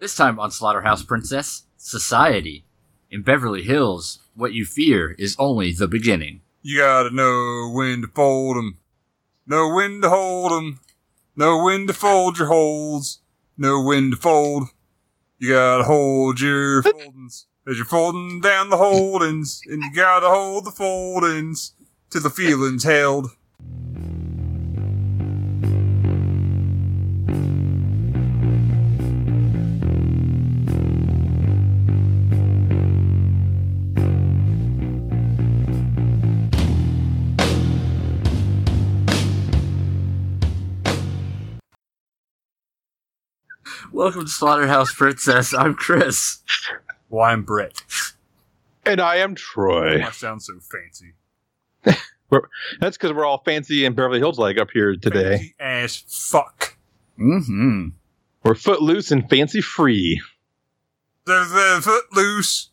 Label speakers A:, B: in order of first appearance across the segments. A: This time on Slaughterhouse Princess Society. In Beverly Hills, what you fear is only the beginning.
B: You gotta know when to fold 'em, know when to hold 'em, know when to fold your holds, know when to fold. You gotta hold your foldings as you're folding down the holdings, and you gotta hold the foldings till the feeling's held.
A: Welcome to Slaughterhouse Princess. I'm Chris.
B: Well, I'm Brett.
C: And I am Troy.
B: I sound so fancy.
C: That's because we're all fancy and Beverly Hills like up here today.
B: Fancy ass fuck.
A: Mm-hmm.
C: We're footloose and fancy free.
B: There's a foot loose.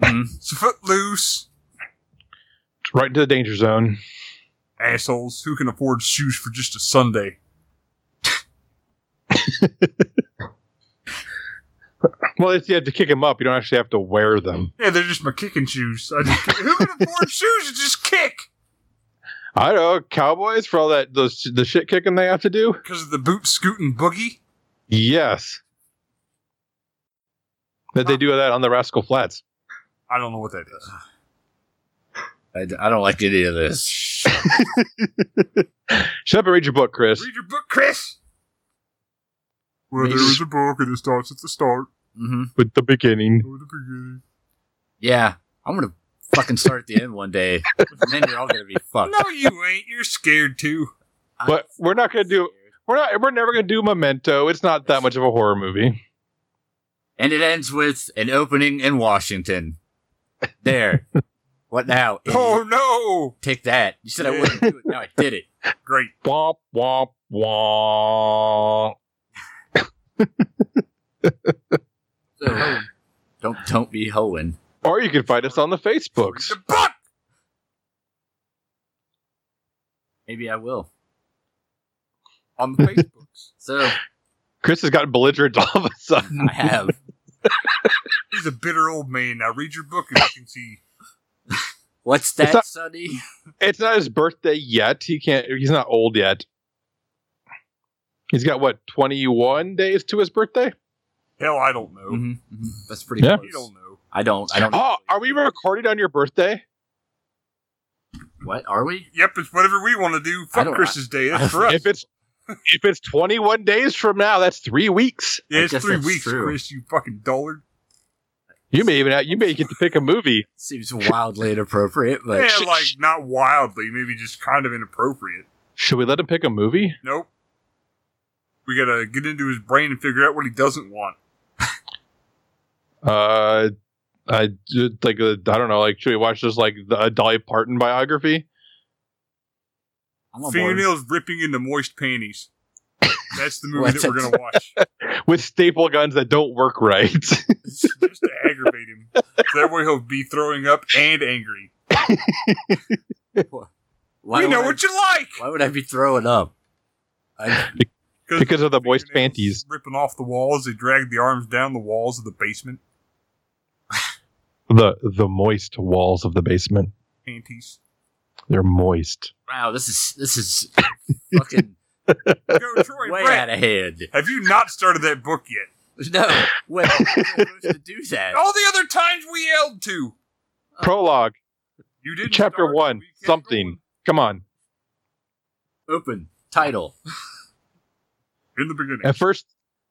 A: Mhm.
B: It's a foot loose.
C: Right into the danger zone.
B: Assholes who can afford shoes for just a Sunday.
C: Well, if you have to kick them up, you don't actually have to wear them.
B: Yeah, they're just my kicking shoes. I just kick. who can afford shoes to just kick?
C: I don't know, cowboys for all that those the shit kicking they have to do.
B: Because of the boot scooting boogie?
C: Yes, that they do that on the Rascal Flats.
B: I don't know what that is.
A: I, d- I don't like any of this.
C: Shut up and read your book, Chris.
B: Read your book, Chris! Well, there is a book and it starts at the start
A: Mm-hmm.
C: With the beginning,
B: or the beginning.
A: Yeah, I'm gonna fucking start at the end one day. then you're all gonna be fucked.
B: No, you ain't. You're scared too.
C: But we're not gonna do- we're not we're never gonna do Memento. It's not that much of a horror movie.
A: And it ends with an opening in Washington. There. what now? idiot?
B: Oh no!
A: Take that. You said I wouldn't do it. Now I did it.
B: Great.
C: Womp womp womp.
A: So, don't don't be hoeing.
C: Or you can find us on the Facebooks.
B: The book!
A: Maybe I will.
B: On the Facebooks.
A: So
C: Chris has gotten belligerent all of a sudden.
A: I have.
B: He's a bitter old man. Now read your book and you can see.
A: What's
C: It's
A: that,
C: not-
A: Sonny?
C: It's not his birthday yet. He can't. He's not old yet. He's got what twenty one days to his birthday.
B: Hell, I don't know.
A: Mhm, mhm. That's pretty
C: Yeah.
B: You
A: close.
B: don't know.
A: I don't. I don't.
C: Oh, are we recording on your birthday?
A: What are we?
B: Yep, it's whatever we want to do.
A: I
B: Fuck
A: don't-
B: Chris's day.
A: I-
B: That's for us.
C: If it's if it's twenty one days from now, that's three weeks.
A: I
B: Yeah, it's
A: guess
B: three
A: that's
B: weeks,
A: true.
B: Chris. You fucking dullard.
C: You may even you may get to pick a movie.
A: Seems wildly inappropriate, but
B: yeah,
C: sh-
B: like
C: sh-
B: not wildly, maybe just kind of inappropriate.
C: Should we let him pick a movie?
B: Nope. We gotta get into his brain and figure out what he doesn't want.
C: Uh, I did, like uh, I don't know. Like should we watch this like the uh, Dolly Parton biography?
A: I'm on board.
B: Fingernails ripping into moist panties. That's the movie
A: What's
B: that we're gonna watch.
C: with staple guns that don't work right.
B: just to aggravate him. So that way he'll be throwing up and angry.
A: Why
B: we
A: would
B: know
A: I-
B: what you like.
A: Why would I be throwing up? I,
C: because of the moist
B: fingernails
C: panties.
B: ripping off the walls, they drag the arms down the walls of the basement.
C: The the moist walls of the basement.
B: Panties.
C: They're moist.
A: wow, this is this is fucking
B: Go, Troy
A: way
B: Brett.
A: out of hand.
B: Have you not started that book yet?
A: No, way we're supposed to do that.
B: All the other times we yelled to.
C: Prologue.
B: You didn't.
C: Chapter
B: start,
C: one,
B: we kept
C: something.
B: going.
C: Come on.
A: Open title.
B: In the beginning.
C: At first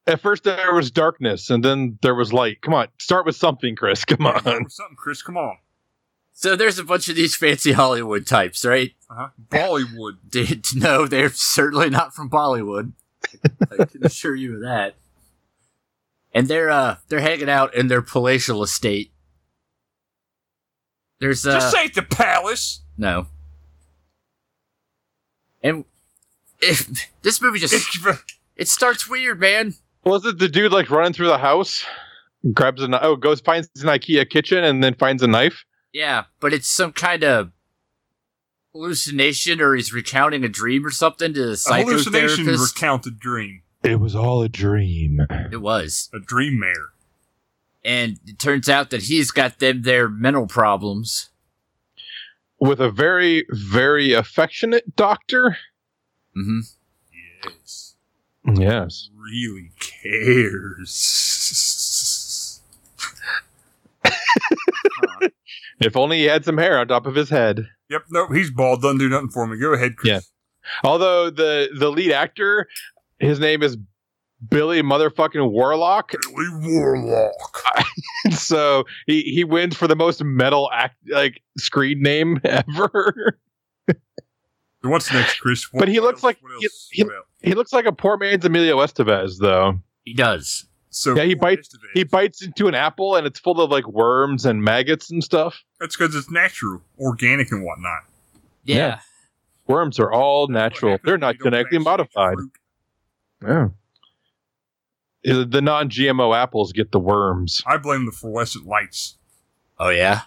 C: at first there was darkness and then there was light. Come on. Start with something, Chris. Come on.
B: Something, Chris. Come on.
A: So there's a bunch of these fancy Hollywood types, right?
B: Uh-huh. Bollywood.
A: Did no, they're certainly not from Bollywood. I can assure you of that. And they're uh they're hanging out in their palatial estate. There's uh
B: Just say the palace.
A: no. And if this movie just it starts weird, man.
C: Was it the dude like running through the house? Grabs a kni- oh, goes finds an IKEA kitchen and then finds a knife.
A: Yeah, but it's some kind of hallucination or he's recounting a dream or something to the
B: hallucination
A: psychotherapist.
B: recounted dream.
C: It was all a dream.
A: It was.
B: A dream mare.
A: And it turns out that he's got them their mental problems.
C: With a very, very affectionate doctor.
A: hmm
B: Yes.
C: Yes.
B: Really cares.
C: If only he had some hair on top of his head.
B: Yep, nope, he's bald. Doesn't do nothing for me. Go ahead, Chris.
C: Yeah. Although the the lead actor, his name is Billy Motherfucking Warlock,
B: Billy Warlock.
C: so he he wins for the most metal act like screen name ever.
B: So What's next, Chris? What-
C: But he
B: what
C: looks
B: else-
C: like-
B: what
C: he-
B: else?
C: he-
B: What else?
C: he looks like a poor man's Emilio Estevez, though.
A: He does.
B: So
C: Yeah, he
B: poor
C: bites-
B: Estevez.
C: He bites into an apple and it's full of like worms and maggots and stuff.
B: That's because it's natural, organic, and whatnot.
A: Yeah.
C: Yeah. Worms are all natural;
B: What
C: they're
B: happens
C: not
B: when you don't
C: genetically
B: vaccinate your
C: modified.
B: fruit?
C: Yeah. Uh, The non-GMO apples get the worms.
B: I blame the fluorescent lights.
A: Oh yeah.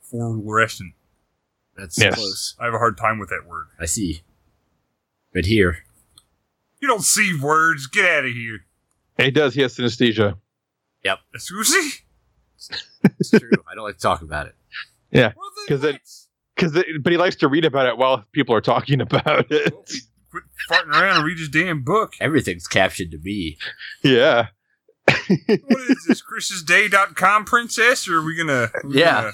B: Fluorescent.
A: That's
C: Yes.
A: close.
B: I have a hard time with that word.
A: I see. But here.
B: You don't see words. Get out of here.
C: He does. He has synesthesia.
B: Excuse
A: It's true. I don't like to talk about it.
B: me? Well, then
C: 'Cause it-
B: let's-
C: Cause it, but he likes to read about it while people are talking about it.
B: Well, we quit farting around and read his damn book.
A: Everything's captioned to me.
C: yeah.
B: What is this, Chris'sDay.com princess? Or are we gonna? are we
A: Yeah.
B: Gonna,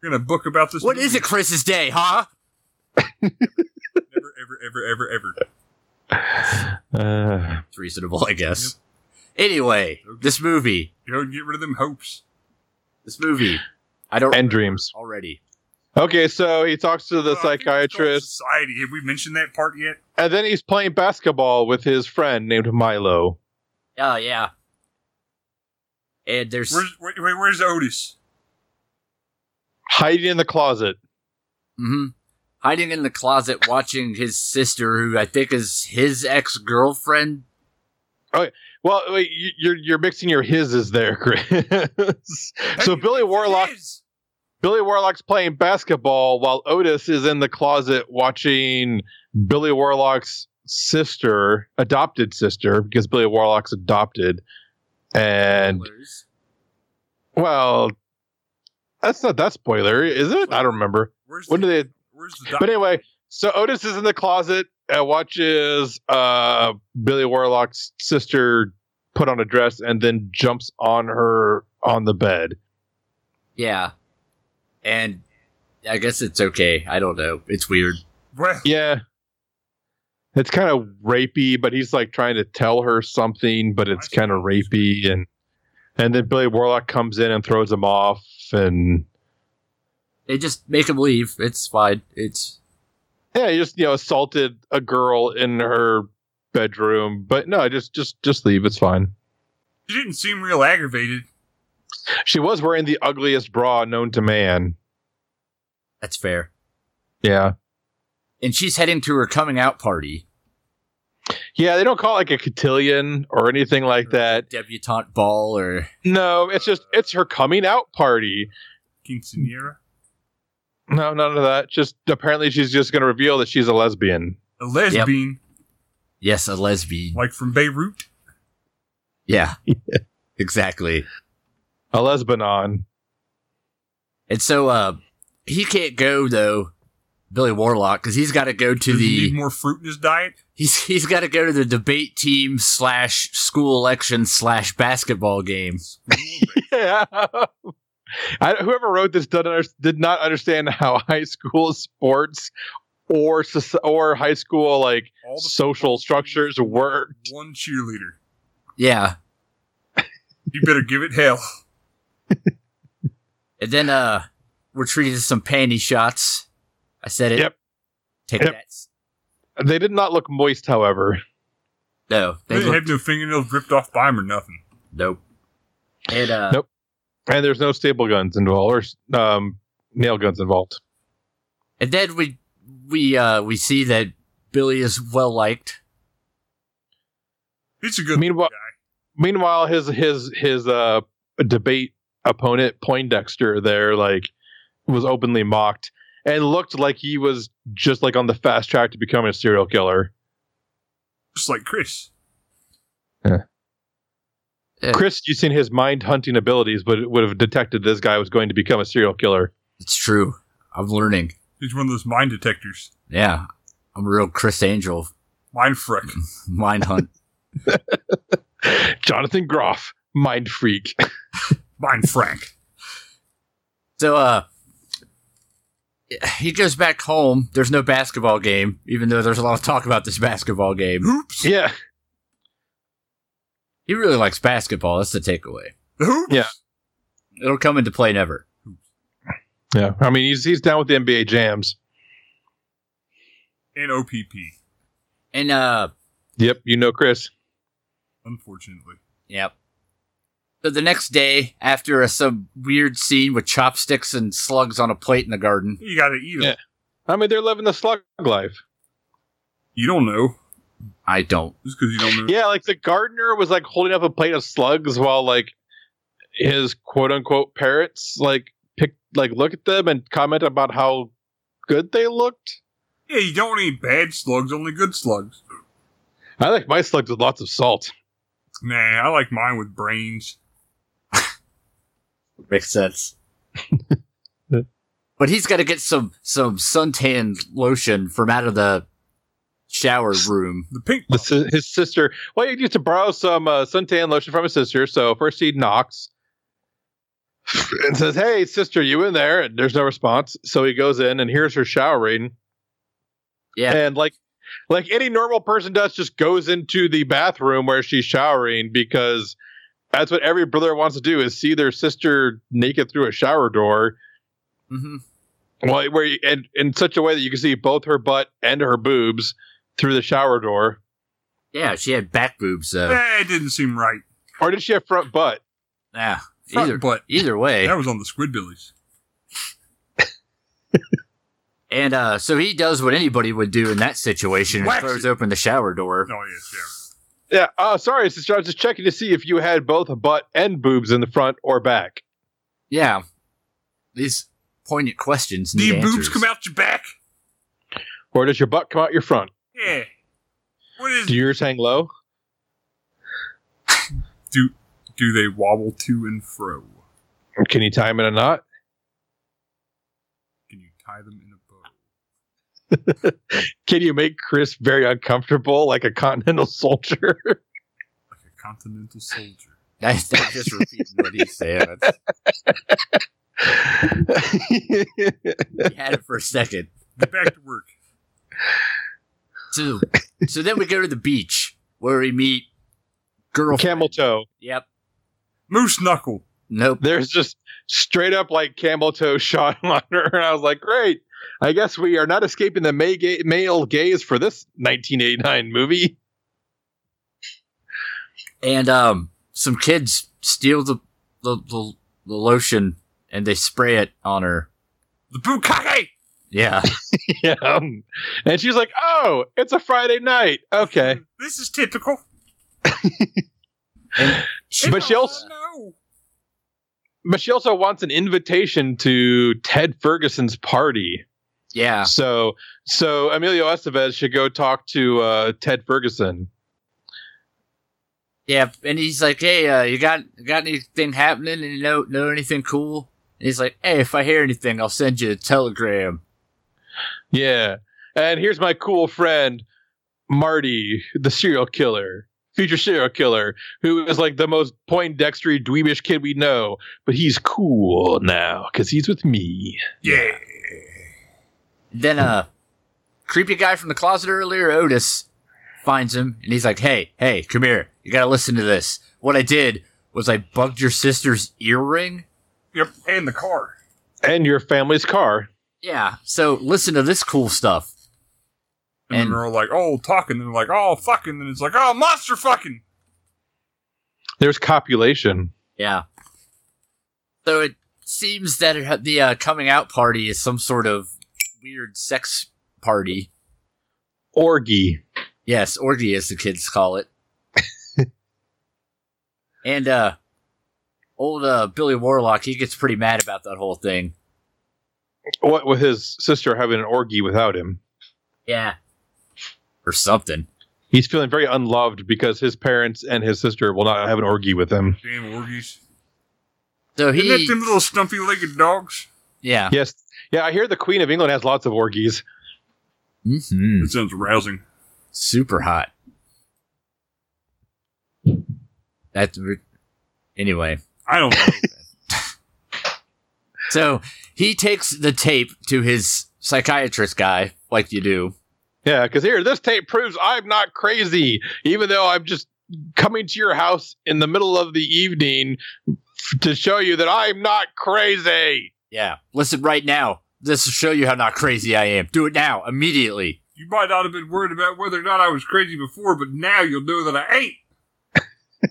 B: we're gonna book about this.
A: What is
B: movie?
A: it, Chris's day, huh?
B: Never, ever, ever, ever, ever.
C: Uh,
A: It's reasonable, I guess. Anyway, this movie.
B: You know, get rid of them hopes.
A: This movie. I don't
C: and
A: remember
C: dreams.
A: already.
C: Okay, so he talks to the
B: Well, I think it's called
C: psychiatrist,
B: Society. Have we mentioned that part yet?
C: and then he's playing basketball with his friend named Milo.
A: Oh yeah. And there's
B: Where's wait, wait, where's Otis?
C: hiding in the closet.
A: hmm hiding in the closet watching his sister, who I think is his ex girlfriend.
C: Well, wait, you- you're you're mixing your hises there, Chris. so
B: Hey,
C: Billy
B: it
C: Warlock,
B: is.
C: Billy Warlock's playing basketball while Otis is in the closet watching Billy Warlock's sister, adopted sister, because Billy Warlock's adopted, and well, that's not that spoiler, is it? I don't remember.
B: Where's
C: When
B: the,
C: do they?
B: where's the
C: But anyway, so Otis is in the closet and watches uh, Billy Warlock's sister put on a dress and then jumps on her on the bed.
A: Yeah, and I guess it's okay. I don't know. It's weird.
B: well,
C: Yeah. It's kind of rapey, but he's like trying to tell her something, but it's kind of rapey and and then Billy Warlock comes in and throws him off and
A: They just make him leave. It's fine. It's
C: yeah, he just you know assaulted a girl in her bedroom, but no, just just just leave, it's fine.
B: she didn't seem real aggravated.
C: She was wearing the ugliest bra known to man.
A: that's fair.
C: Yeah.
A: And she's heading to her coming out party.
C: Yeah, they don't call it like a cotillion or anything like that.
A: debutante ball, or
C: No, it's just it's her coming out party.
B: Quinceanera,
C: No, none of that. Just apparently she's just going to reveal that she's a lesbian.
B: a lesbian,
A: yes, a lesbian.
B: like from Beirut.
A: Yeah, exactly.
C: A lesbanon.
A: And so, uh, he can't go though, Billy Warlock, because he's got to go to
B: Does he
A: the
B: need more fruit in his diet?
A: He's he's got to go to the debate team slash school election slash basketball game.
C: Yeah. I, whoever wrote this did, under, did not understand how high school sports or soci- or high school like
B: All the
C: social structures worked.
B: one cheerleader.
A: Yeah,
B: You better give it hell.
A: and then uh, we're treated to some panty shots. I said it.
C: Yep.
A: Take
C: Yep.
A: that.
C: They did not look moist, however.
A: No, they
B: They didn't
A: look,
B: have no fingernails ripped off by him or nothing.
A: nope. And uh,
C: Nope. And there's no staple guns involved or um, nail guns involved.
A: and then we we uh we see that Billy is well liked.
B: He's a good
C: Meanwhile- Meanwhile, his his his uh debate opponent Poindexter there like was openly mocked and looked like he was just like on the fast track to becoming a serial killer.
B: just like Chris.
A: Yeah.
C: Chris, you've seen his mind hunting abilities, but it would have detected this guy was going to become a serial killer.
A: It's true. I'm learning.
B: He's one of those mind detectors.
A: Yeah. I'm a real Chris Angel
B: Mind frick.
A: mind hunt.
C: Jonathan Groff, mind freak.
B: Mind Frank.
A: so, uh, he goes back home. There's no basketball game, even though there's a lot of talk about this basketball game.
B: Hoops.
C: yeah.
A: He really likes basketball. That's the takeaway.
B: The hoops.
C: Yeah.
A: It'll come into play never.
C: Yeah. I mean, he's, he's down with the NBA jams.
B: And OPP,
A: And, uh,
C: Yep. You know, Chris.
B: unfortunately.
A: Yep. So the next day, after a, some weird scene with chopsticks and slugs on a plate in the garden,
B: You gotta eat 'em.
C: Yeah. I mean, they're living the slug life.
B: You don't know.
A: I don't.
B: Just because you don't know.
C: Yeah, like the gardener was like holding up a plate of slugs while like his quote unquote parrots like pick like look at them and comment about how good they looked.
B: Yeah, you don't want any bad slugs, only good slugs.
C: I like my slugs with lots of salt.
B: Nah, I like mine with brains.
A: Makes sense. but he's got to get some some suntan lotion from out of the shower room.
B: The pink.
C: The, si- his sister, well, he used to borrow some uh, suntan lotion from his sister. So first he knocks and says, "Hey, sister, you in there?" And there's no response. So he goes in and hears her showering.
A: Yeah.
C: and like like any normal person does just goes into the bathroom where she's showering because that's what every brother wants to do is see their sister naked through a shower door
A: hmm
C: well, where you, and in such a way that you can see both her butt and her boobs through the shower door
A: Yeah, she had back boobs. Uh,
B: Nah, it didn't seem right.
C: or did she have front butt
A: yeah.
B: Front
A: Either
B: butt.
A: either way,
B: That was on the Squidbillies.
A: and uh, so he does what anybody would do in that situation and
B: Whack
A: throws
B: it.
A: open the shower door.
B: Oh yes, yeah.
C: yeah oh sorry sister i was just checking to see if you had both a butt and boobs in the front or back
A: Yeah, these poignant questions.
B: Do
A: Need
B: your boobs
A: answers.
B: come out your back?
C: or does your butt come out your front
B: Yeah. What is?
C: do yours hang low
B: do do they wobble to and fro?
C: can you tie them in a knot
B: Can you tie them in a bow?
C: Can you make Chris very uncomfortable like a continental soldier?
B: Like a continental soldier.
A: That's, that's just repeating what he's saying. That's- He had it for a second.
B: Get back to work.
A: So, so then we go to the beach where we meet girl.
C: camel toe.
A: Yep.
B: Moose knuckle.
A: Nope.
C: There's just straight up like camel toe shot on her. And I was like, great. I guess we are not escaping the may ga- male gaze for this 1989 movie.
A: And um, some kids steal the the, the the lotion and they spray it on her.
B: The bukake.
A: Yeah.
C: yeah. um, And she's like, oh, it's a Friday night. Okay.
B: This is typical.
A: She-
C: But she also-
B: No.
C: But she also wants an invitation to Ted Ferguson's party.
A: yeah.
C: So, so Emilio Estevez should go talk to uh, Ted Ferguson.
A: Yeah. And he's like, "Hey, uh, you got got anything happening? And you know know anything cool?" And he's like, "Hey, if I hear anything, I'll send you a telegram."
C: Yeah. And here's my cool friend, Marty, the serial killer, future serial killer, who is like the most poindextery, dweebish kid we know. But he's cool now because he's with me.
B: Yeah.
A: Then uh, creepy guy from the closet earlier, Otis, finds him and he's like, "Hey, hey, come here. You gotta listen to this. What I did was I bugged your sister's earring.
B: Yep. And the car.
C: And your family's car.
A: Yeah. So listen to this cool stuff."
B: And,
A: And-
B: they're all like, oh, talking. And they're like, oh, fucking. And it's like, oh, monster fucking.
C: There's copulation.
A: Yeah. So it seems that it, the uh, coming out party is some sort of weird sex party.
C: Orgy.
A: Yes, orgy, as the kids call it. and uh, old uh, Billy Warlock, he gets pretty mad about that whole thing.
C: What with his sister having an orgy without him.
A: Yeah. Or something.
C: He's feeling very unloved because his parents and his sister will not have an orgy with him.
B: Damn orgies.
A: So he,
B: Isn't that them little stumpy legged dogs?
A: yeah.
C: Yes. Yeah, I hear the Queen of England has lots of orgies.
A: hmm
B: That sounds rousing.
A: Super hot. That's re- anyway.
B: I don't know.
A: So he takes the tape to his psychiatrist guy, like you do.
C: Yeah, because here, this tape proves I'm not crazy, even though I'm just coming to your house in the middle of the evening f- to show you that I'm not crazy.
A: Yeah. Listen right now. This will show you how not crazy I am. Do it now, immediately.
B: you might not have been worried about whether or not I was crazy before, but now you'll know that I ain't.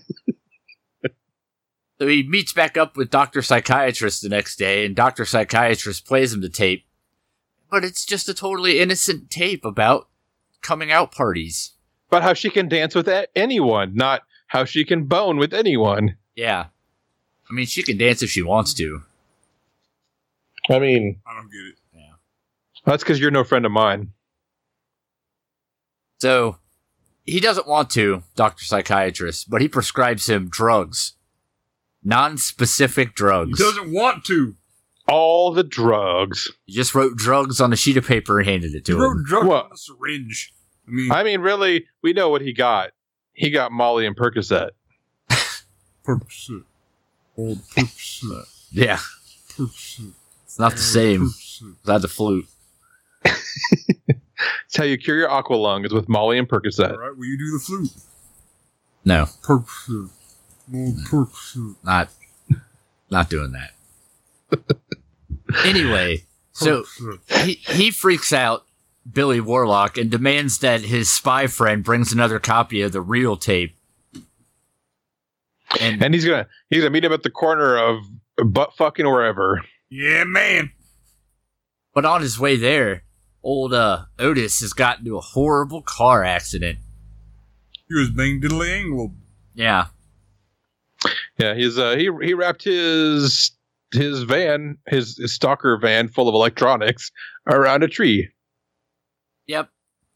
A: So he meets back up with Dr. Psychiatrist the next day, and Dr. Psychiatrist plays him the tape. But it's just a totally innocent tape about coming out parties.
C: About how she can dance with a- anyone, not how she can bone with anyone.
A: Yeah. I mean, she can dance if she wants to.
C: I mean,
B: I don't get it.
C: that's because you're no friend of mine.
A: So he doesn't want to, Dr. Psychiatrist, but he prescribes him drugs. Non specific
B: He
A: drugs.
B: doesn't want to.
C: All the drugs.
A: He just wrote drugs on a sheet of paper and handed it
B: He
A: to
B: wrote
A: him.
B: drugs
C: What?
B: on a syringe. I mean,
C: I mean, really, we know what he got. He got Molly and Percocet.
B: purpose. Old purpose.
A: Yeah,
B: purpose.
A: it's not the same without the flute.
C: It's how you cure your aqua lung is with Molly and Percocet.
B: All right, will you do the flute?
A: No,
B: Purpose. Old purpose.
A: not not doing that. anyway, so
B: Purpose.
A: he, he freaks out Billy Warlock and demands that his spy friend brings another copy of the real tape. And
C: and he's gonna he's gonna meet him at the corner of butt fucking wherever.
B: yeah, man.
A: but on his way there, old uh, Otis has gotten into a horrible car accident.
B: He was bang diddly angled.
A: Yeah,
C: Yeah, he's uh, he he wrapped his his van his, his stalker van full of electronics around a tree.
A: Yep.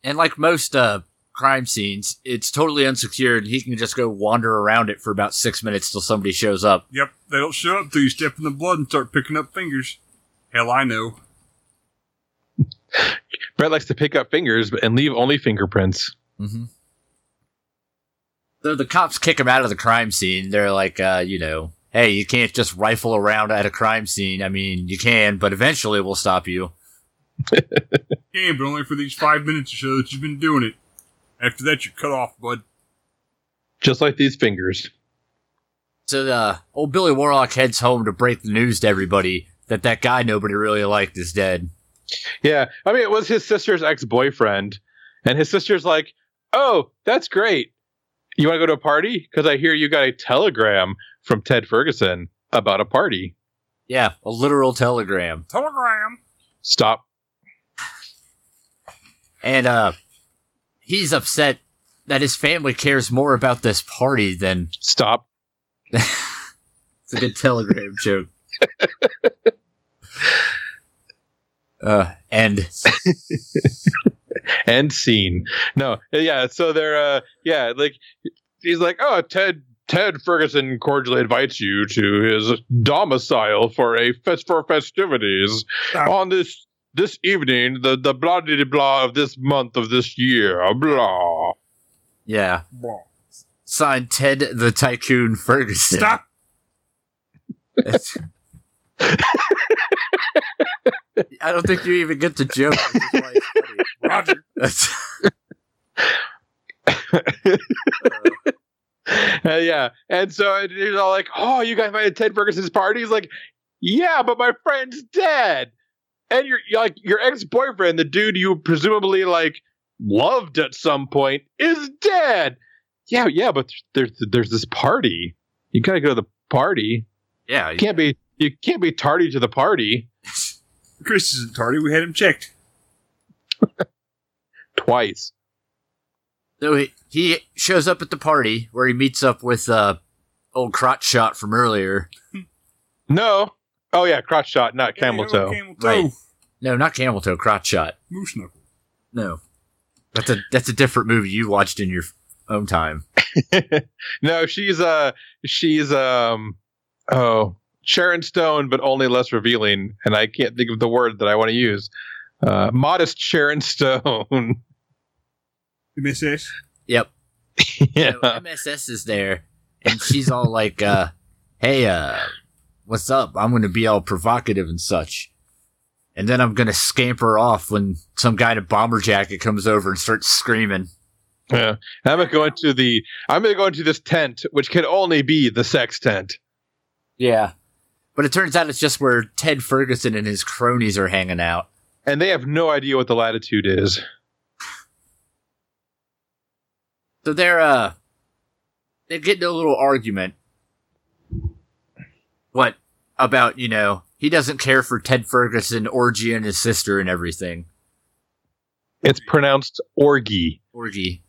A: And like most uh, crime scenes, it's totally unsecured. He can just go wander around it for about six minutes till somebody shows up.
B: Yep, they don't show up till you step in the blood and start picking up fingers. Hell, I know.
C: Brett likes to pick up fingers and leave only fingerprints.
A: Mm-hmm. So the cops kick him out of the crime scene. They're like, uh, you know, hey, you can't just rifle around at a crime scene. I mean, you can, but eventually we'll stop you.
B: Yeah, but only for these five minutes or so that you've been doing it. After that, you're cut off, bud.
C: Just like these fingers.
A: So uh, old Billy Warlock heads home to break the news to everybody that that guy nobody really liked is dead.
C: Yeah, I mean it was his sister's ex boyfriend, and his sister's like, "Oh, that's great. You want to go to a party? Because I hear you got a telegram from Ted Ferguson about a party.
A: Yeah, a literal telegram.
B: Telegram.
C: Stop
A: And uh he's upset that his family cares more about this party than
C: stop.
A: it's a good telegram joke. Uh and
C: End scene. No, yeah. So they're, uh, yeah, like he's like, oh, Ted Ted Ferguson cordially invites you to his domicile for a fest for festivities
B: Ah.
C: on this this evening, the the blah de blah of this month of this year, blah.
A: yeah.
B: Blah.
A: Signed Ted the Tycoon Ferguson.
B: Stop.
A: I don't think you even get the joke. which is why it's funny.
B: Roger.
A: That's-
C: Uh, yeah, and so it- he's all like, oh, you guys invited Ted Ferguson's party. He's like, yeah, but my friend's dead, and your like your ex boyfriend, the dude you presumably like loved at some point, is dead. Yeah, yeah, but there's there's this party. You gotta go to the party.
A: yeah,
C: You
A: you-
C: can't be you can't be tardy to the party
B: Chris isn't tardy. We had him checked.
C: twice.
A: So he, he shows up at the party where he meets up with uh old crotch shot from earlier.
C: No. Oh yeah, crotch shot, not camel
B: Hey, oh,
C: toe.
B: Camel toe.
A: Right. No, not Camel Toe, crotch shot.
B: Moose knuckle.
A: No. That's a that's a different movie you watched in your own time.
C: no, she's uh she's um oh Sharon Stone, but only less revealing, and I can't think of the word that I want to use. Uh, modest Sharon Stone.
B: You miss it?
A: Yep.
C: yeah.
A: So MSS is there, and she's all like, uh, "Hey, uh, what's up? I'm going to be all provocative and such." And then I'm gonna scamper off when some guy in a bomber jacket comes over and starts screaming.
C: yeah. I'm gonna go into the I'm gonna go into this tent, which can only be the sex tent.
A: Yeah. But it turns out it's just where Ted Ferguson and his cronies are hanging out.
C: And they have no idea what the latitude is.
A: So they're uh they get into a little argument. What about, you know, he doesn't care for Ted Ferguson, Orgy and his sister and everything.
C: It's pronounced orgy.
A: Orgy.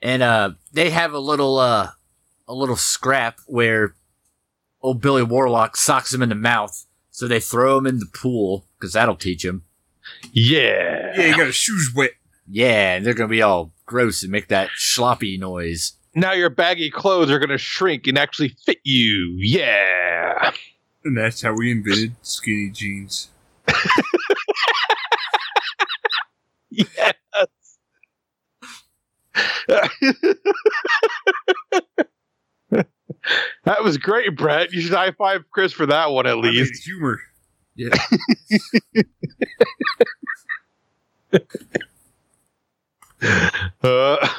A: and uh they have a little uh a little scrap where old Billy Warlock socks him in the mouth, so they throw him in the pool, because that'll teach him.
C: Yeah.
B: Yeah, you got his shoes wet.
A: Yeah, and they're gonna be all gross and make that sloppy noise.
C: Now your baggy clothes are gonna shrink and actually fit you. Yeah.
B: And that's how we invented skinny jeans.
C: Yes. that was great, Brett. You should high five Chris for that one at
B: I mean,
C: least.
B: humor.
C: Uh,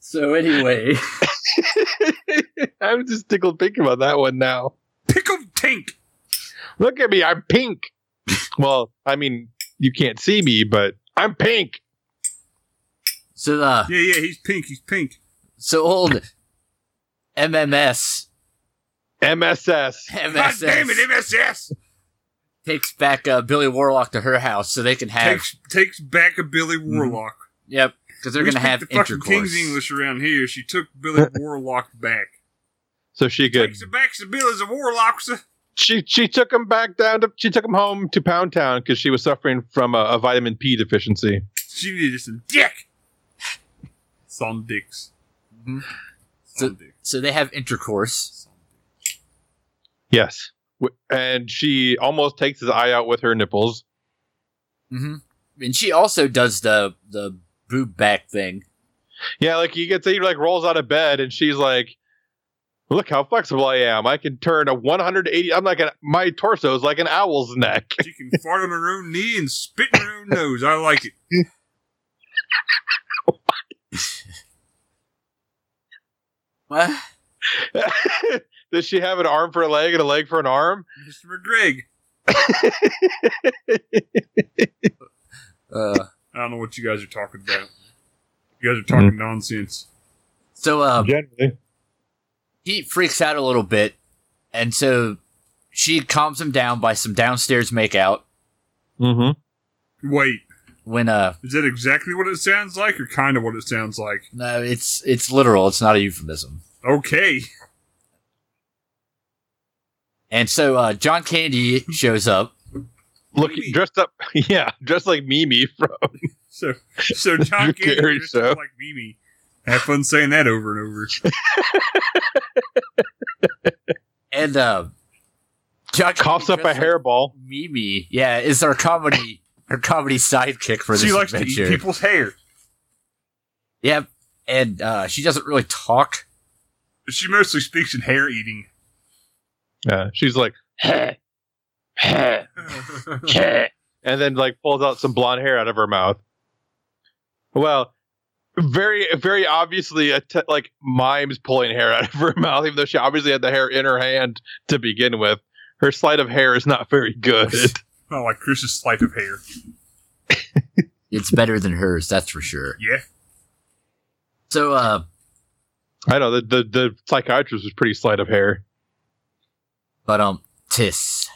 A: So anyway,
C: I'm just tickled thinking about that one now.
B: Pickled tank.
C: Look at me, I'm pink. well, I mean, you can't see me, but I'm pink.
A: so the
B: Yeah, yeah, he's pink. He's pink.
A: so old MMS
C: MSS.
B: God
A: MSS
B: damn it, MSS
A: takes back uh, Billy Warlock to her house so they can have
B: takes takes back a Billy
C: Mm-hmm.
B: Warlock.
A: yep because they're
B: We
A: gonna
B: speak
A: have
B: the fucking
A: intercourse.
B: King's English around here. She took Billy Warlock back.
C: So she could.
B: Takes it back to Billy's a Warlock. sir.
C: She she took him back down to. She took him home to Pound Town because she was suffering from a, a vitamin P deficiency.
B: She needed some dick. Some dicks.
A: Mhm.
B: Some dick.
A: So they have intercourse.
B: Some
C: Yes. W- And she almost takes his eye out with her nipples.
A: hmm And she also does the the boob back thing.
C: Yeah, like he gets, he like rolls out of bed and she's like, look how flexible I am. I can turn a 180. I'm like, an, my torso is like an owl's neck.
B: dick. She can fart on her own knee and spit in her own nose. I like it.
A: What?
C: Does she have an arm for a leg and a leg for an arm?
B: Mr. McGreg.
A: Uh,
B: I don't know what you guys are talking about. You guys are talking nonsense.
A: so um,
C: Generally.
A: he freaks out a little bit, and so she calms him down by some downstairs makeout.
C: Mm
B: Wait,
A: When uh,
B: is that exactly what it sounds like, or kind of what it sounds like?
A: no, it's it's literal. It's not a euphemism.
B: Okay.
A: And so uh, John Candy shows up.
C: hmm. Look,
B: Mimi.
C: dressed up. Yeah, dressed like Mimi from.
B: So, so John
C: Drew
B: Candy
C: Carey
B: just
C: show.
B: looked like Mimi. Have fun saying that over and over.
A: And uh, John
C: Coughs
A: Candy
C: up a
A: dressed like
C: hairball.
A: Mimi, yeah, is our comedy our comedy sidekick for
B: she
A: this
B: likes to
A: adventure.
B: eat people's hair.
A: Yep, and uh, she doesn't really talk.
B: She mostly speaks in hair eating.
C: Yeah, she's like, and then like pulls out some blonde hair out of her mouth. Well, very very obviously a te- like mimes pulling hair out of her mouth, even though she obviously had the hair in her hand to begin with. Her sleight of hair is not very good.
B: Not like Chris's slice of hair.
A: It's better than hers, that's for sure.
B: Yeah.
A: So uh,
C: I know the the, the psychiatrist was pretty sleight of hair.
A: but um, Tiss.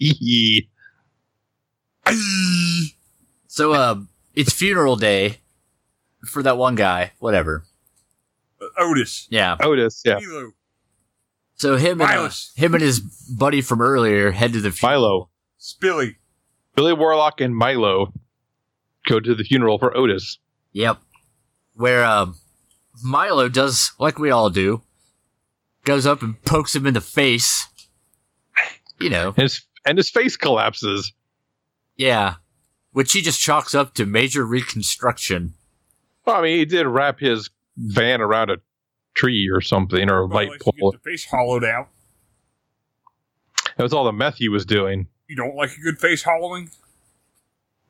C: Eee.
A: So uh, it's funeral day for that one guy. Whatever.
B: Uh, Otis.
A: Yeah.
C: Otis, yeah,
B: Milo.
A: So him and uh,
B: Miles.
A: him and his buddy from earlier head to the funeral.
C: Milo.
B: Spilly.
C: Billy Warlock and Milo go to the funeral for Otis.
A: Yep. Where um, Milo does like we all do, goes up and pokes him in the face. You know,
C: And his, and his face collapses.
A: yeah. Which he just chalks up to major reconstruction.
C: Well, I mean, he did wrap his van around a tree or something or a
B: Well,
C: light
B: if you
C: pole.
B: Get the face hollowed out.
C: That was all the meth he was doing.
B: You don't like a good face hollowing?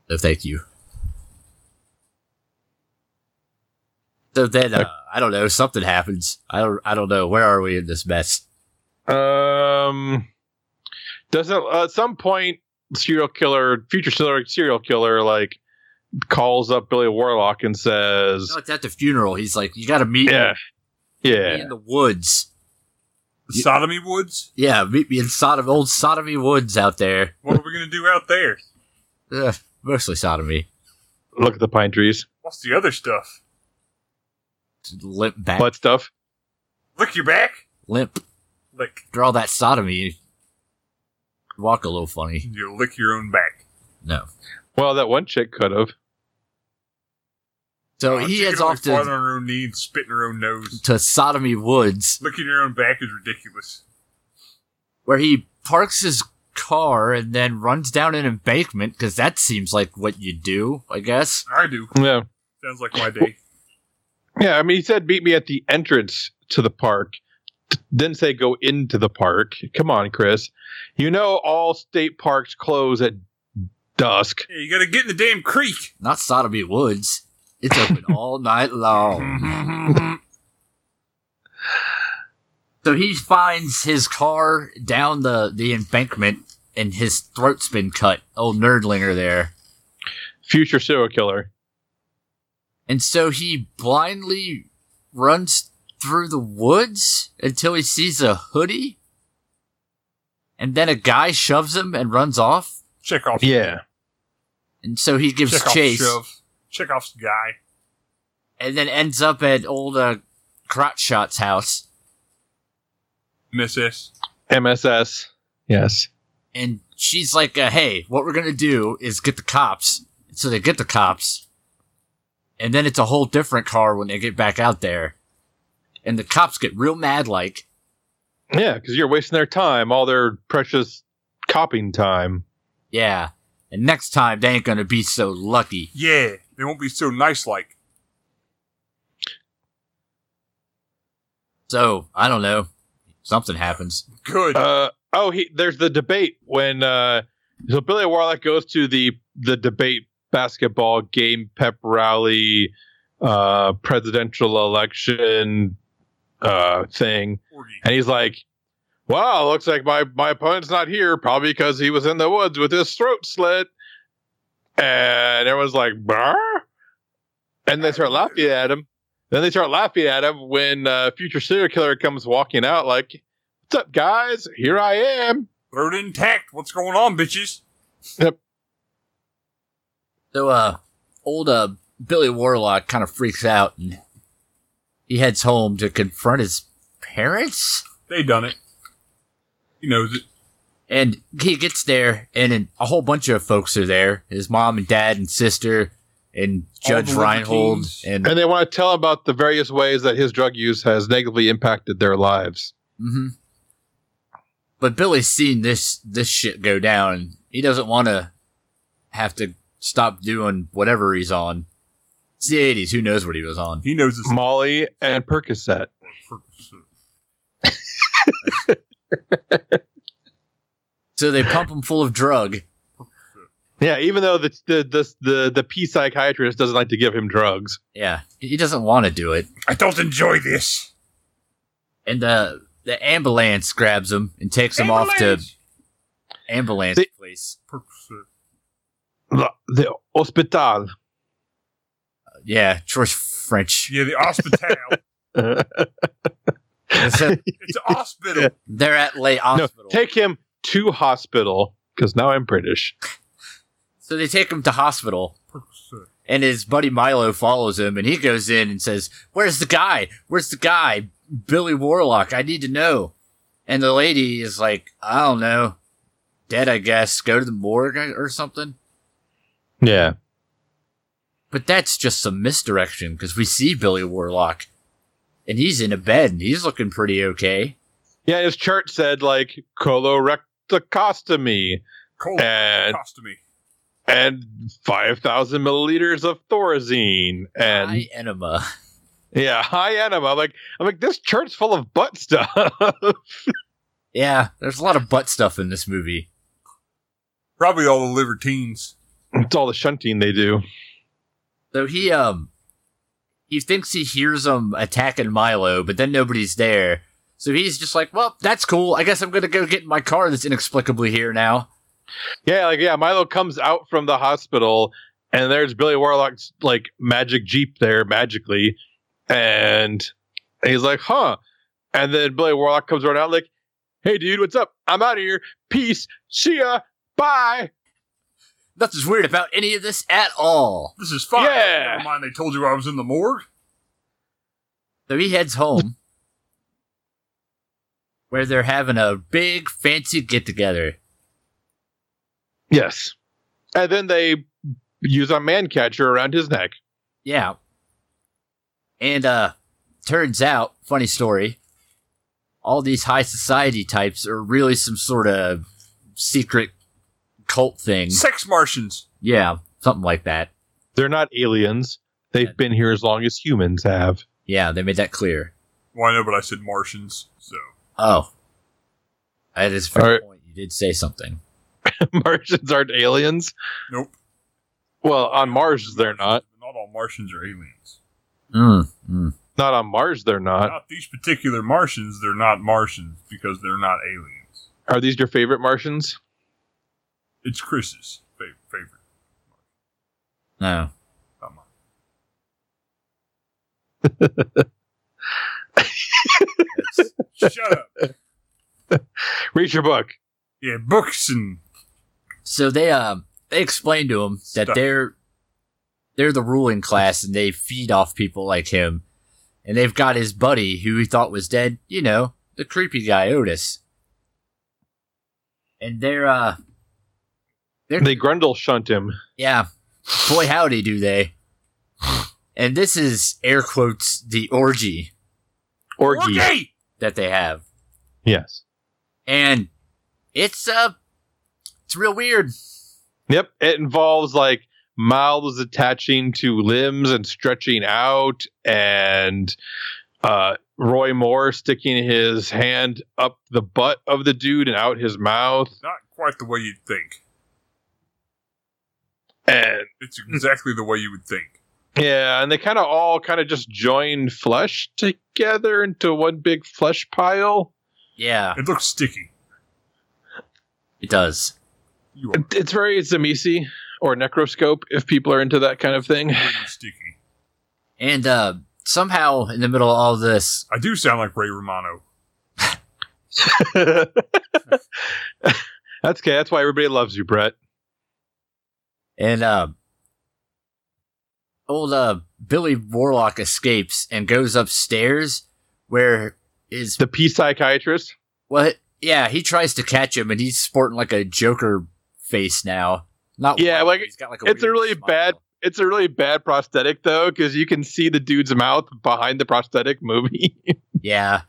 A: No, thank you. So then, uh, I don't know. Something happens. I don't. I don't know. Where are we in this mess?
C: Um, doesn't at some point serial killer, future serial serial killer, like calls up Billy Warlock and says,
A: No, it's at the funeral. He's like, "You got to meet
C: "Yeah,
A: me
C: Oh, yeah,
A: in the woods.
B: The sodomy woods?
A: Yeah, meet me in Sodom, old sodomy woods out there.
B: What are we going to do out there?
A: Ugh, mostly sodomy.
C: look at the pine trees,
B: What's the other stuff?
A: Limp back,
C: butt stuff."
B: Lick your back?
A: limp.
B: Lick.
A: Draw that sodomy. Walk a little funny.
B: You lick your own back.
A: No.
C: Well, that one chick could have.
A: So
B: Uh,
A: he
B: chicken
A: heads
B: always
A: off
B: farting
A: to,
B: on her own knee and spitting her own nose.
A: to sodomy woods,
B: Licking your own back is ridiculous.
A: where he parks his car and then runs down an embankment because that seems like what you do, I guess.
B: I do.
C: Yeah,
B: Sounds like my day.
C: yeah. I mean, he said, "Meet me at the entrance to the park." T- Didn't say go into the park. Come on, Chris. You know all state parks close at dusk.
B: Yeah, you gotta get in the damn creek.
A: Not sodomy woods. It's open all night long. So he finds his car down the, the embankment and his throat's been cut. Old nerdlinger there.
C: Future serial killer.
A: And so he blindly runs through the woods until he sees a hoodie. And then a guy shoves him and runs off.
B: Check off.
C: Yeah.
A: And so he gives
B: Check off
A: chase
B: shove. Check off guy.
A: and then ends up at old uh, Crotch Shot's house.
B: Missus.
C: MSS. Yes.
A: And she's like, uh, hey, what we're going to do is get the cops. So they get the cops. And then it's a whole different car when they get back out there. And the cops get real mad like,
C: Yeah, because you're wasting their time, all their precious copying time.
A: yeah. And next time they ain't going to be so lucky.
B: Yeah. They won't be so nice like.
A: So I don't know. Something happens.
B: Good.
C: Uh, oh, he, there's the debate when uh, so Billy Warlock goes to the the debate basketball game pep rally, uh, presidential election uh, thing,
B: Orgy.
C: and he's like, "Wow, looks like my my opponent's not here, probably because he was in the woods with his throat slit." And everyone's like, "Brr," and they start laughing at him. Then they start laughing at him when uh, future serial killer comes walking out, like, "What's up, guys? Here I am."
B: Throat intact. What's going on, bitches?
A: So uh, old uh Billy Warlock kind of freaks out and he heads home to confront his parents.
B: They done it. He knows it.
A: And he gets there, and, an- a whole bunch of folks are there. His mom and dad and sister and
B: All
A: Judge
B: the
A: Reinhold
B: libertines.
A: and
C: And they want to tell him about the various ways that his drug use has negatively impacted their lives.
A: hmm But Billy's seen this this shit go down. and He doesn't want to have to stop doing whatever he's on. It's the eighties. Who knows what he was on?
B: He knows it's
C: Molly and Percocet.
A: So they pump him full of drug.
C: Yeah, even though the the the the, the P psychiatrist doesn't like to give him drugs.
A: Yeah, he doesn't want to do it.
B: I don't enjoy this.
A: And the the ambulance grabs him and takes him off to
B: Ambulance.
A: ambulance
C: They-
A: place.
C: The, the hospital.
A: Yeah, George French.
B: Yeah, the hospital.
C: Uh,
A: And so
B: it's a hospital.
A: they're at Lay
C: no,
A: Hospital.
C: take him to hospital because now I'm British.
A: so they take him to hospital. And his buddy Milo follows him and he goes in and says, Where's the guy? Where's the guy? Billy Warlock, I need to know. And the lady is like, I don't know. dead, I guess. Go to the morgue or something.
C: Yeah.
A: But that's just some misdirection because we see Billy Warlock, and he's in a bed and he's looking pretty okay.
C: Yeah, his chart said like colorectocostomy
A: Oh.
B: Cold
C: and
B: costomy.
C: and five thousand milliliters of Thorazine and
A: High enema.
C: yeah, high enema. I'm like I'm like this chart's full of butt stuff.
A: Yeah, there's a lot of butt stuff in this movie.
B: Probably all the libertines.
C: it's all the shunting they do.
A: So he um he thinks he hears them attacking Milo, but then nobody's there. So he's just like, "Well, that's cool. I guess I'm gonna go get in my car that's inexplicably here now."
C: Yeah, like yeah, Milo comes out from the hospital and there's Billy Warlock's like magic jeep there magically and he's like, "Huh." And then Billy Warlock comes right out like, "Hey dude, what's up? I'm out of here. Peace. See ya. Bye."
A: Nothing's weird about any of this at all.
B: This is fine.
C: Yeah.
B: Never mind. They told you I was in the morgue.
A: So he heads home, where they're having a big fancy get together.
C: Yes. And then they use a man catcher around his neck.
A: Yeah, and uh, turns out, funny story. All these high society types are really some sort of secret cult thing.
B: Sex Martians.
A: Yeah, something like that.
C: They're not aliens. They've
A: Yeah.
C: been here as long as humans have.
A: Yeah, they made that clear.
B: Well, I know, but I said Martians. So
A: Oh, that is a fair
C: All right.
A: point. You did say something.
C: Martians aren't aliens.
B: nope.
C: Well, on Mars they're not.
B: Not all Martians are aliens.
A: Mm, mm.
C: Not on Mars they're not.
B: Not these particular Martians. They're not Martians because they're not aliens.
C: Are these your favorite Martians?
B: It's Chris's fa- favorite.
A: No.
B: Not mine. Shut up.
C: Read your book.
B: Yeah, books and
A: So they um they explained to him that
B: Stuff.
A: they're they're the ruling class and they feed off people like him, and they've got his buddy who he thought was dead. You know, the creepy guy Otis. And they're uh
C: They Grundle shunt him.
A: yeah, boy howdy do they. And this is air quotes the orgy
C: Orgy.
B: Orgy!
A: that they have.
C: Yes.
A: and it's uh it's real weird
C: Yep. It involves like mouths attaching to limbs and stretching out, and uh, Roy Moore sticking his hand up the butt of the dude and out his mouth.
B: Not quite the way you'd think.
C: And
B: It's exactly the way you would think.
C: yeah, and they kind of all kind of just join flesh together into one big flesh pile.
A: yeah
B: It looks sticky.
A: it does
B: You are
C: It- It's very Zamisi or Necroscope if people are into that kind of thing.
B: pretty sticky.
A: and uh somehow in the middle of all this
B: I do sound like Ray Romano.
C: that's okay. That's why everybody loves you, Brett.
A: and uh old uh billy warlock escapes and goes upstairs where is
C: The P psychiatrist.
A: what yeah he tries to catch him and he's sporting like a joker face now not
C: Yeah,
A: white,
C: like,
A: he's got like
C: it's a
A: weird
C: really
A: smile.
C: bad- it's a really bad prosthetic though because you can see the dude's mouth behind the prosthetic movie
A: Yeah.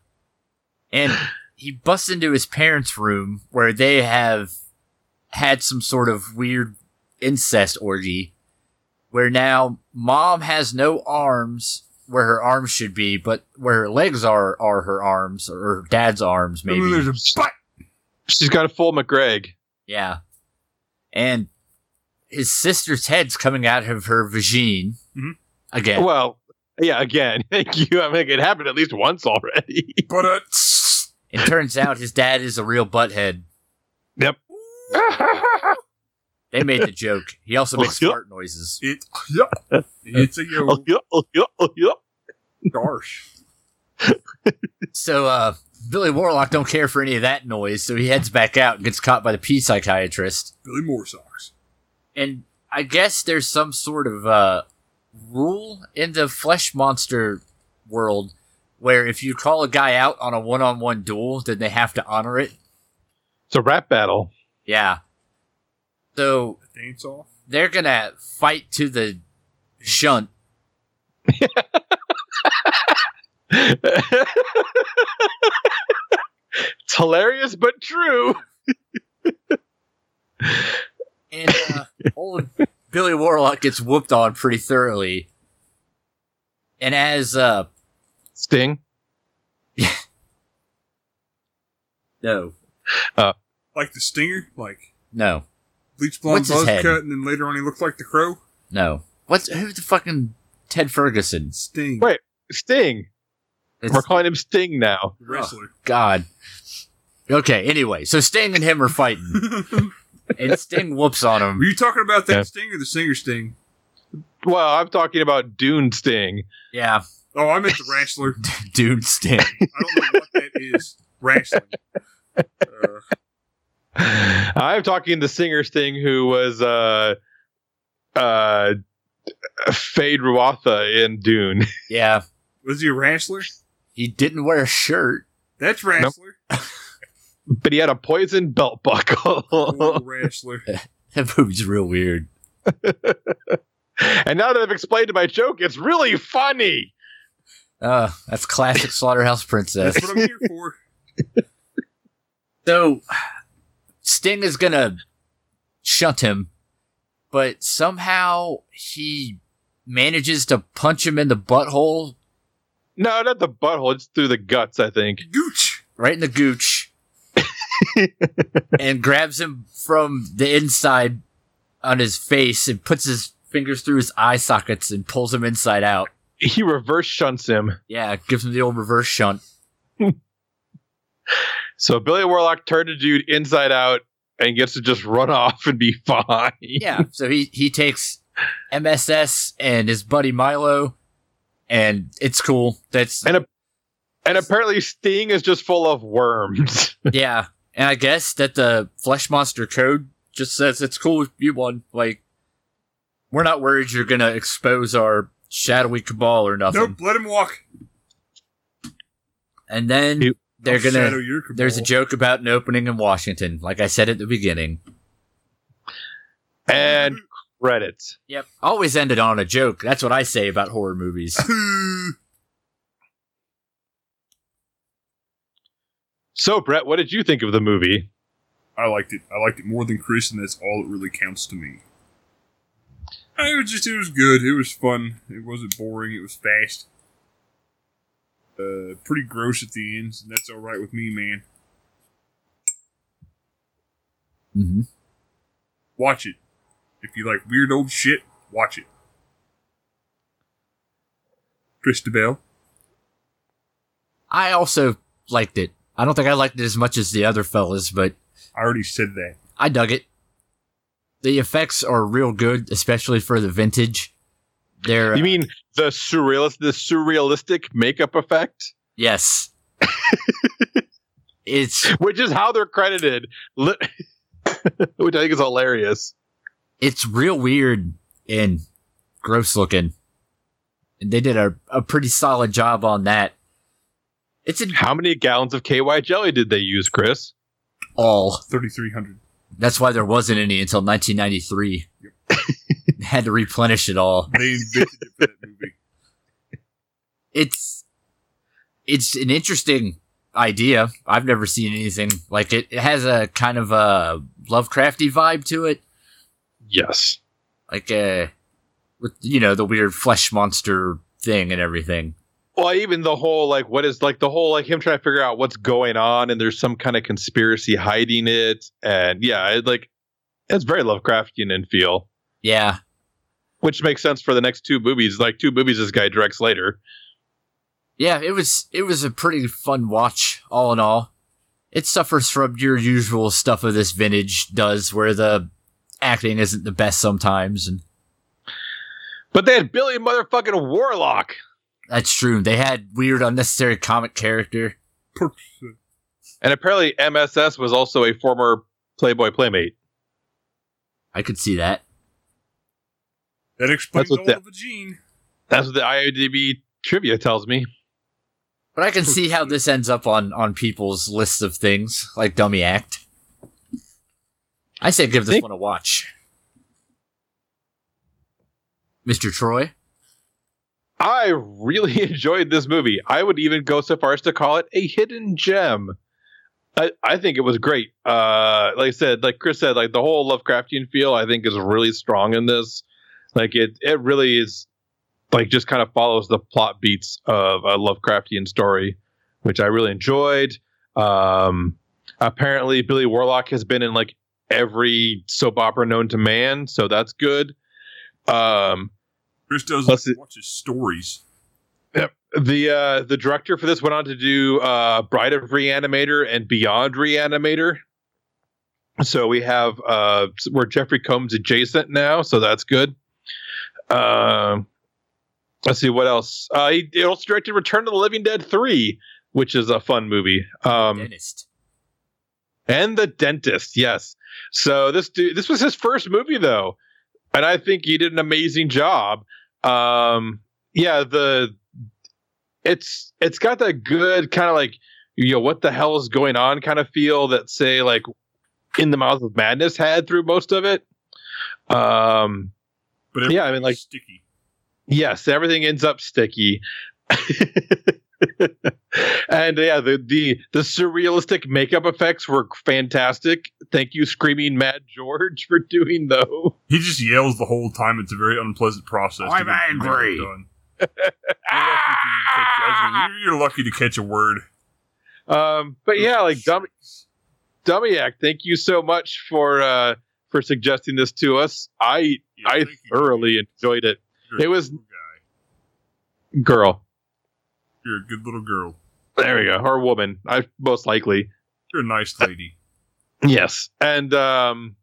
A: And he busts into his parents' room where they have had some sort of weird incest orgy where now mom has no arms where her arms should be, but where her legs are are her arms or her dad's arms
B: Ooh,
A: maybe.
B: there's a butt.
C: she's got a full mcgreg
A: Yeah. And his sister's head's coming out of her vagine
B: Mhm.
A: again.
C: well yeah again thank you i mean it happened at least once already
B: But uh,
A: It turns out his dad is a real butthead. They made the joke. He
B: Oh,
A: also makes
C: Yep.
A: fart noises.
B: it. Yup. It's a yo. Gosh.
A: So uh Billy Warlock don't care for any of that noise, so he heads back out and gets caught by the pea psychiatrist.
B: Billy Moore socks.
A: And I guess there's some sort of uh rule in the flesh monster world where if you call a guy out on a one-on-one duel, then they have to honor it.
C: it's a rap battle
A: Yeah. So
B: Dance off.
A: they're gonna fight to the shunt.
C: it's hilarious but true.
A: and uh, old Billy Warlock gets whooped on pretty thoroughly. And as uh
C: Sting.
A: no
B: Like the stinger, like
A: no
B: bleach blonde
A: What's his
B: buzz
A: head?
B: cut, and then later on he looked like the crow.
A: no what's who's the fucking Ted Ferguson
B: Sting,
C: Wait. Sting.
A: It's-
C: We're calling him Sting now.
B: the wrestler.
A: God okay anyway so Sting and him are fighting and Sting whoops on
B: Were
A: him
B: you talking about that
C: Yeah.
B: sting or the singer sting?
C: Well, I'm talking about Dune Sting.
A: yeah
B: Oh, I meant the wrestler.
A: dude Sting
B: I don't know what that is. Wrestling. Uh,
C: I'm talking the singer Sting who was uh uh Fade Ruatha in Dune.
A: yeah
B: was he a wrestler?
A: he didn't wear a shirt
B: That's wrestler.
C: But he had a poison
B: Oh,
C: belt buckle.
B: wrestler.
A: that movie's real weird
C: and now that I've explained my joke, it's really funny.
A: uh that's classic Slaughterhouse Princess
B: That's what I'm here for.
A: So Sting is gonna shunt him, but somehow he manages to punch him in the butthole,
C: No, not the butthole, it's through the guts, I think.
B: Gooch.
A: right in the gooch, and grabs him from the inside on his face and puts his fingers through his eye sockets and pulls him inside out.
C: He reverse shunts him.
A: Yeah, gives him the old reverse shunt.
C: So Billy Warlock turned a dude inside out and gets to just run off and be fine.
A: Yeah, so he he takes MSS and his buddy Milo, and it's cool. That's
C: And apparently Sting is just full of worms.
A: yeah, and I guess that the flesh monster code just says it's cool if you won. Like, we're not worried you're gonna expose our shadowy cabal or nothing.
B: Nope. Let him walk.
A: And then
C: You-
A: they're
B: I'll shadow
A: gonna.
B: your cabal.
A: There's a joke about an opening in Washington, like I said at the beginning.
C: and credits.
A: Yep. Always ended on a joke. That's what I say about horror movies.
C: So Brett, what did you think of the movie?
B: I liked it. I liked it more than Chris, and that's all that really counts to me. I was just, it was good. It was fun. It wasn't boring. It was fast. Uh, pretty gross at the end, and that's all right with me, man.
A: hmm
B: Watch it. If you like weird old shit, watch it. Christabel.
A: I also liked it. I don't think I liked it as much as the other fellas, but
B: I already said that.
A: I dug it. The effects are real good, especially for the vintage. They're
C: You mean the surrealist the surrealistic makeup effect?
A: yes. it's
C: Which is how they're credited. Li- Which I think is hilarious.
A: it's real weird and gross looking. And they did a, a pretty solid job on that. It's in
C: How many gallons of KY jelly did they use, Chris?
A: all.
B: 3,300.
A: That's why there wasn't any until 1993. Had to replenish it all.
B: They invented it for that movie.
A: it's it's an interesting idea. I've never seen anything like it. It has a kind of a Lovecrafty vibe to it,
C: Yes.
A: like uh with you know the weird flesh monster thing and everything.
C: Well, even the whole like what is like the whole like him trying to figure out what's going on and there's some kind of conspiracy hiding it and yeah, it, like it's very Lovecraftian in feel,
A: Yeah,
C: which makes sense for the next two movies. Like two movies this guy directs later.
A: yeah. It was it was a pretty fun watch all in all. It suffers from your usual stuff of this vintage does, where the acting isn't the best sometimes, and
C: But they had Billy motherfucking Warlock
A: that's true. They had weird, unnecessary comic character.
C: and apparently MSS was also a former Playboy playmate.
A: I could see that.
B: That explains
C: That's what
B: all
C: that-
B: of a gene.
C: That's what the IODB trivia tells me.
A: But I can see how this ends up on on people's lists of things like dummy act. I say give this
C: Think-
A: one a watch. Mr. Troy?
C: I really enjoyed this movie. I would even go so far as to call it a hidden gem. I, I think it was great. Uh, like I said, like Chris said, like the whole Lovecraftian feel I think is really strong in this. Like it, it really is like just kind of follows the plot beats of a Lovecraftian story, which I really enjoyed. Um, apparently, Billy Warlock has been in like every soap opera known to man, so that's good. Um,
B: Chris does
C: Plus it-
B: watches stories.
C: the uh the director for this went on to do uh bride of reanimator and beyond reanimator so we have uh we're jeffrey combs adjacent now so that's good um let's see what else uh he, he also directed return to the living dead 3 which is a fun movie um
A: Dentist.
C: and the dentist yes so this dude this was his first movie though and i think he did an amazing job um yeah the it's it's got that good kind of like you know what the hell is going on kind of feel that say like in the mouth of madness had through most of it um
B: But
C: Yeah, I
B: everything's
C: mean, like-
B: sticky.
C: Yes, everything ends up sticky. and yeah, the, the the surrealistic makeup effects were fantastic. Thank you, Screaming Mad George, for doing those.
B: He just yells the whole time. It's a very unpleasant process. to
A: I'm
B: get the makeup
A: angry.
B: done. You're lucky to catch- I mean, you're- you're lucky to catch a word.
C: Um, but yeah, like dummy, dummy act. Thank you so much for uh, for suggesting this to us. I
B: Yeah,
C: I
B: thank you.
C: thoroughly enjoyed it,
B: You're a
C: it was-
B: cool guy.
C: girl.
B: You're a good little girl.
C: There we go, or woman. I most likely.
B: You're a nice lady.
C: Yes. And um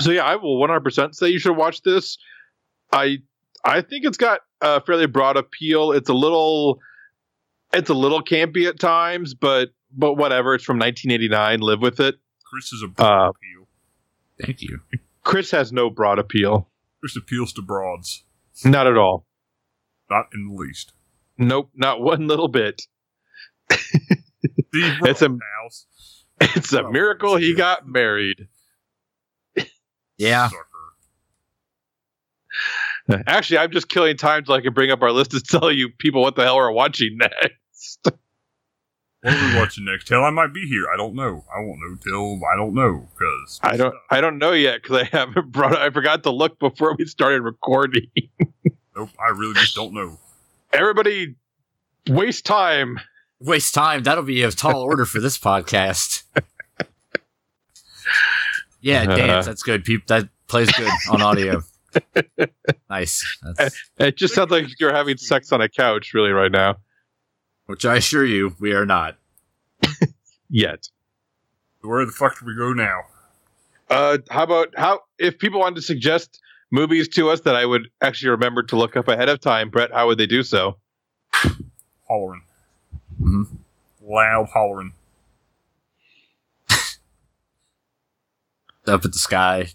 C: so yeah, I will 100% say you should watch this. I I think it's got a fairly broad appeal. It's a little it's a little campy at times, but but whatever. It's from 1989. Live with it.
B: Chris is a broad
C: Uh,
B: appeal.
A: Thank you.
C: Chris has no broad appeal.
B: Chris appeals to broads,
C: Not at all.
B: not in the least.
C: Nope, not one little bit.
B: The
C: It's a-
B: house.
C: It's a
B: Oh,
C: miracle he
B: yeah.
C: got married.
A: Yeah.
B: Sucker.
C: Actually, I'm just killing time till I can bring up our list to tell you people what the hell we're watching next.
B: What are we watching next? Hell, I might be here. I don't know. I won't know till I don't know because
C: I don't I don't know yet because I haven't brought I forgot to look before we started recording.
B: Nope, I really just don't know.
C: Everybody waste time.
A: Waste time. That'll be a tall order for this podcast. Yeah, dance. That's good. Peep, that plays good on audio. Nice. That's,
C: It just sounds like you're having sex on a couch really right now.
A: which I assure you, we are not.
C: Yet.
B: Where the fuck do we go now?
C: Uh how about how if people wanted to suggest movies to us that I would actually remember to look up ahead of time, Brett, how would they do so?
B: Hollering.
A: Mhm.
B: Loud hollering.
A: Up at the sky.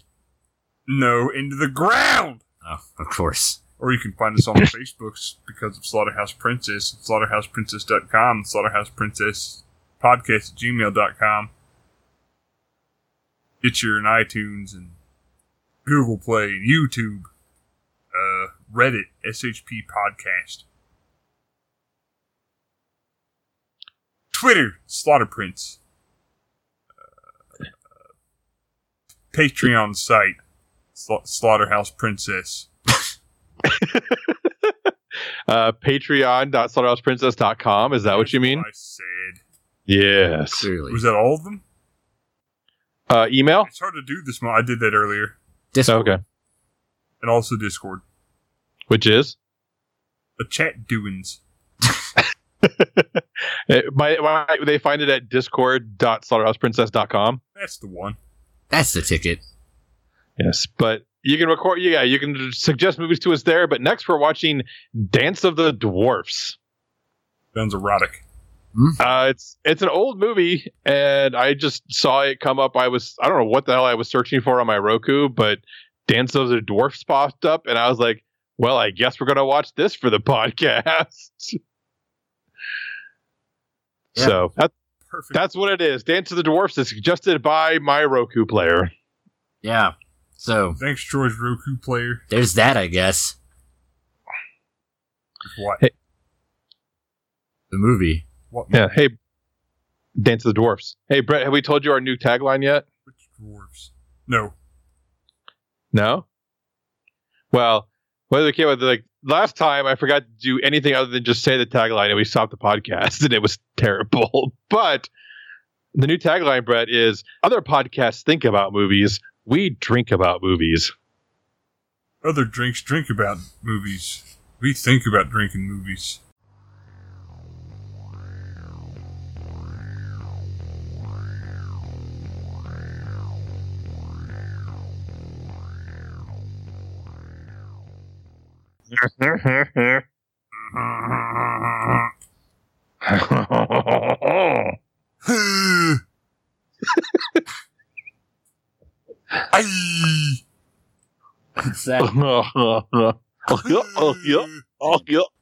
B: No, into the ground!
A: Oh, of course.
B: Or you can find us on Facebook because of Slaughterhouse Princess, slaughterhouseprincess.com, slaughterhouseprincess podcast at gmail.com. Get your in iTunes and Google Play and YouTube, uh, Reddit, SHP Podcast, Twitter, Slaughter Prince, uh, Patreon site, Sla- Slaughterhouse Princess.
C: Uh patreon.slaughterhouseprincess.com. Is that what you mean?
B: I said.
C: Yes.
A: Clearly.
B: Was that all of them?
C: Uh email?
B: It's hard to do this. mo- I did that earlier,
A: Discord.
C: Okay.
B: and also Discord,
C: Which is?
B: the chat doings.
C: Uh, my, my, they find it at discord.slaughterhouseprincess.com.
B: That's the one.
A: That's the ticket.
C: Yes, but you can record. Yeah, you can suggest movies to us there. But next, we're watching Dance of the Dwarfs.
B: Sounds erotic.
C: Uh, it's it's an old movie, and I just saw it come up. I was I don't know what the hell I was searching for on my Roku, but Dance of the Dwarfs popped up, and I was like, well, I guess we're gonna watch this for the podcast.
A: Yeah.
C: So that's
B: Perfect.
C: that's what it is. Dance of the Dwarfs is suggested by my Roku player.
A: Yeah. So
B: Thanks, Troy's Roku player.
A: there's that, I guess.
B: What?
A: The movie.
B: What?
C: Yeah. Hey, Dance of the Dwarfs. Hey, Brett, have we told you our new tagline yet?
B: Which dwarves? No.
C: No. Well, whether they came out, they're like last time, I forgot to do anything other than just say the tagline, and we stopped the podcast, and it was terrible. But the new tagline, Brett, is other podcasts think about movies, we drink about movies.
B: Other drinks drink about movies. We think about drinking movies. Aye.
A: Exactly.
C: oh yeah, oh yeah,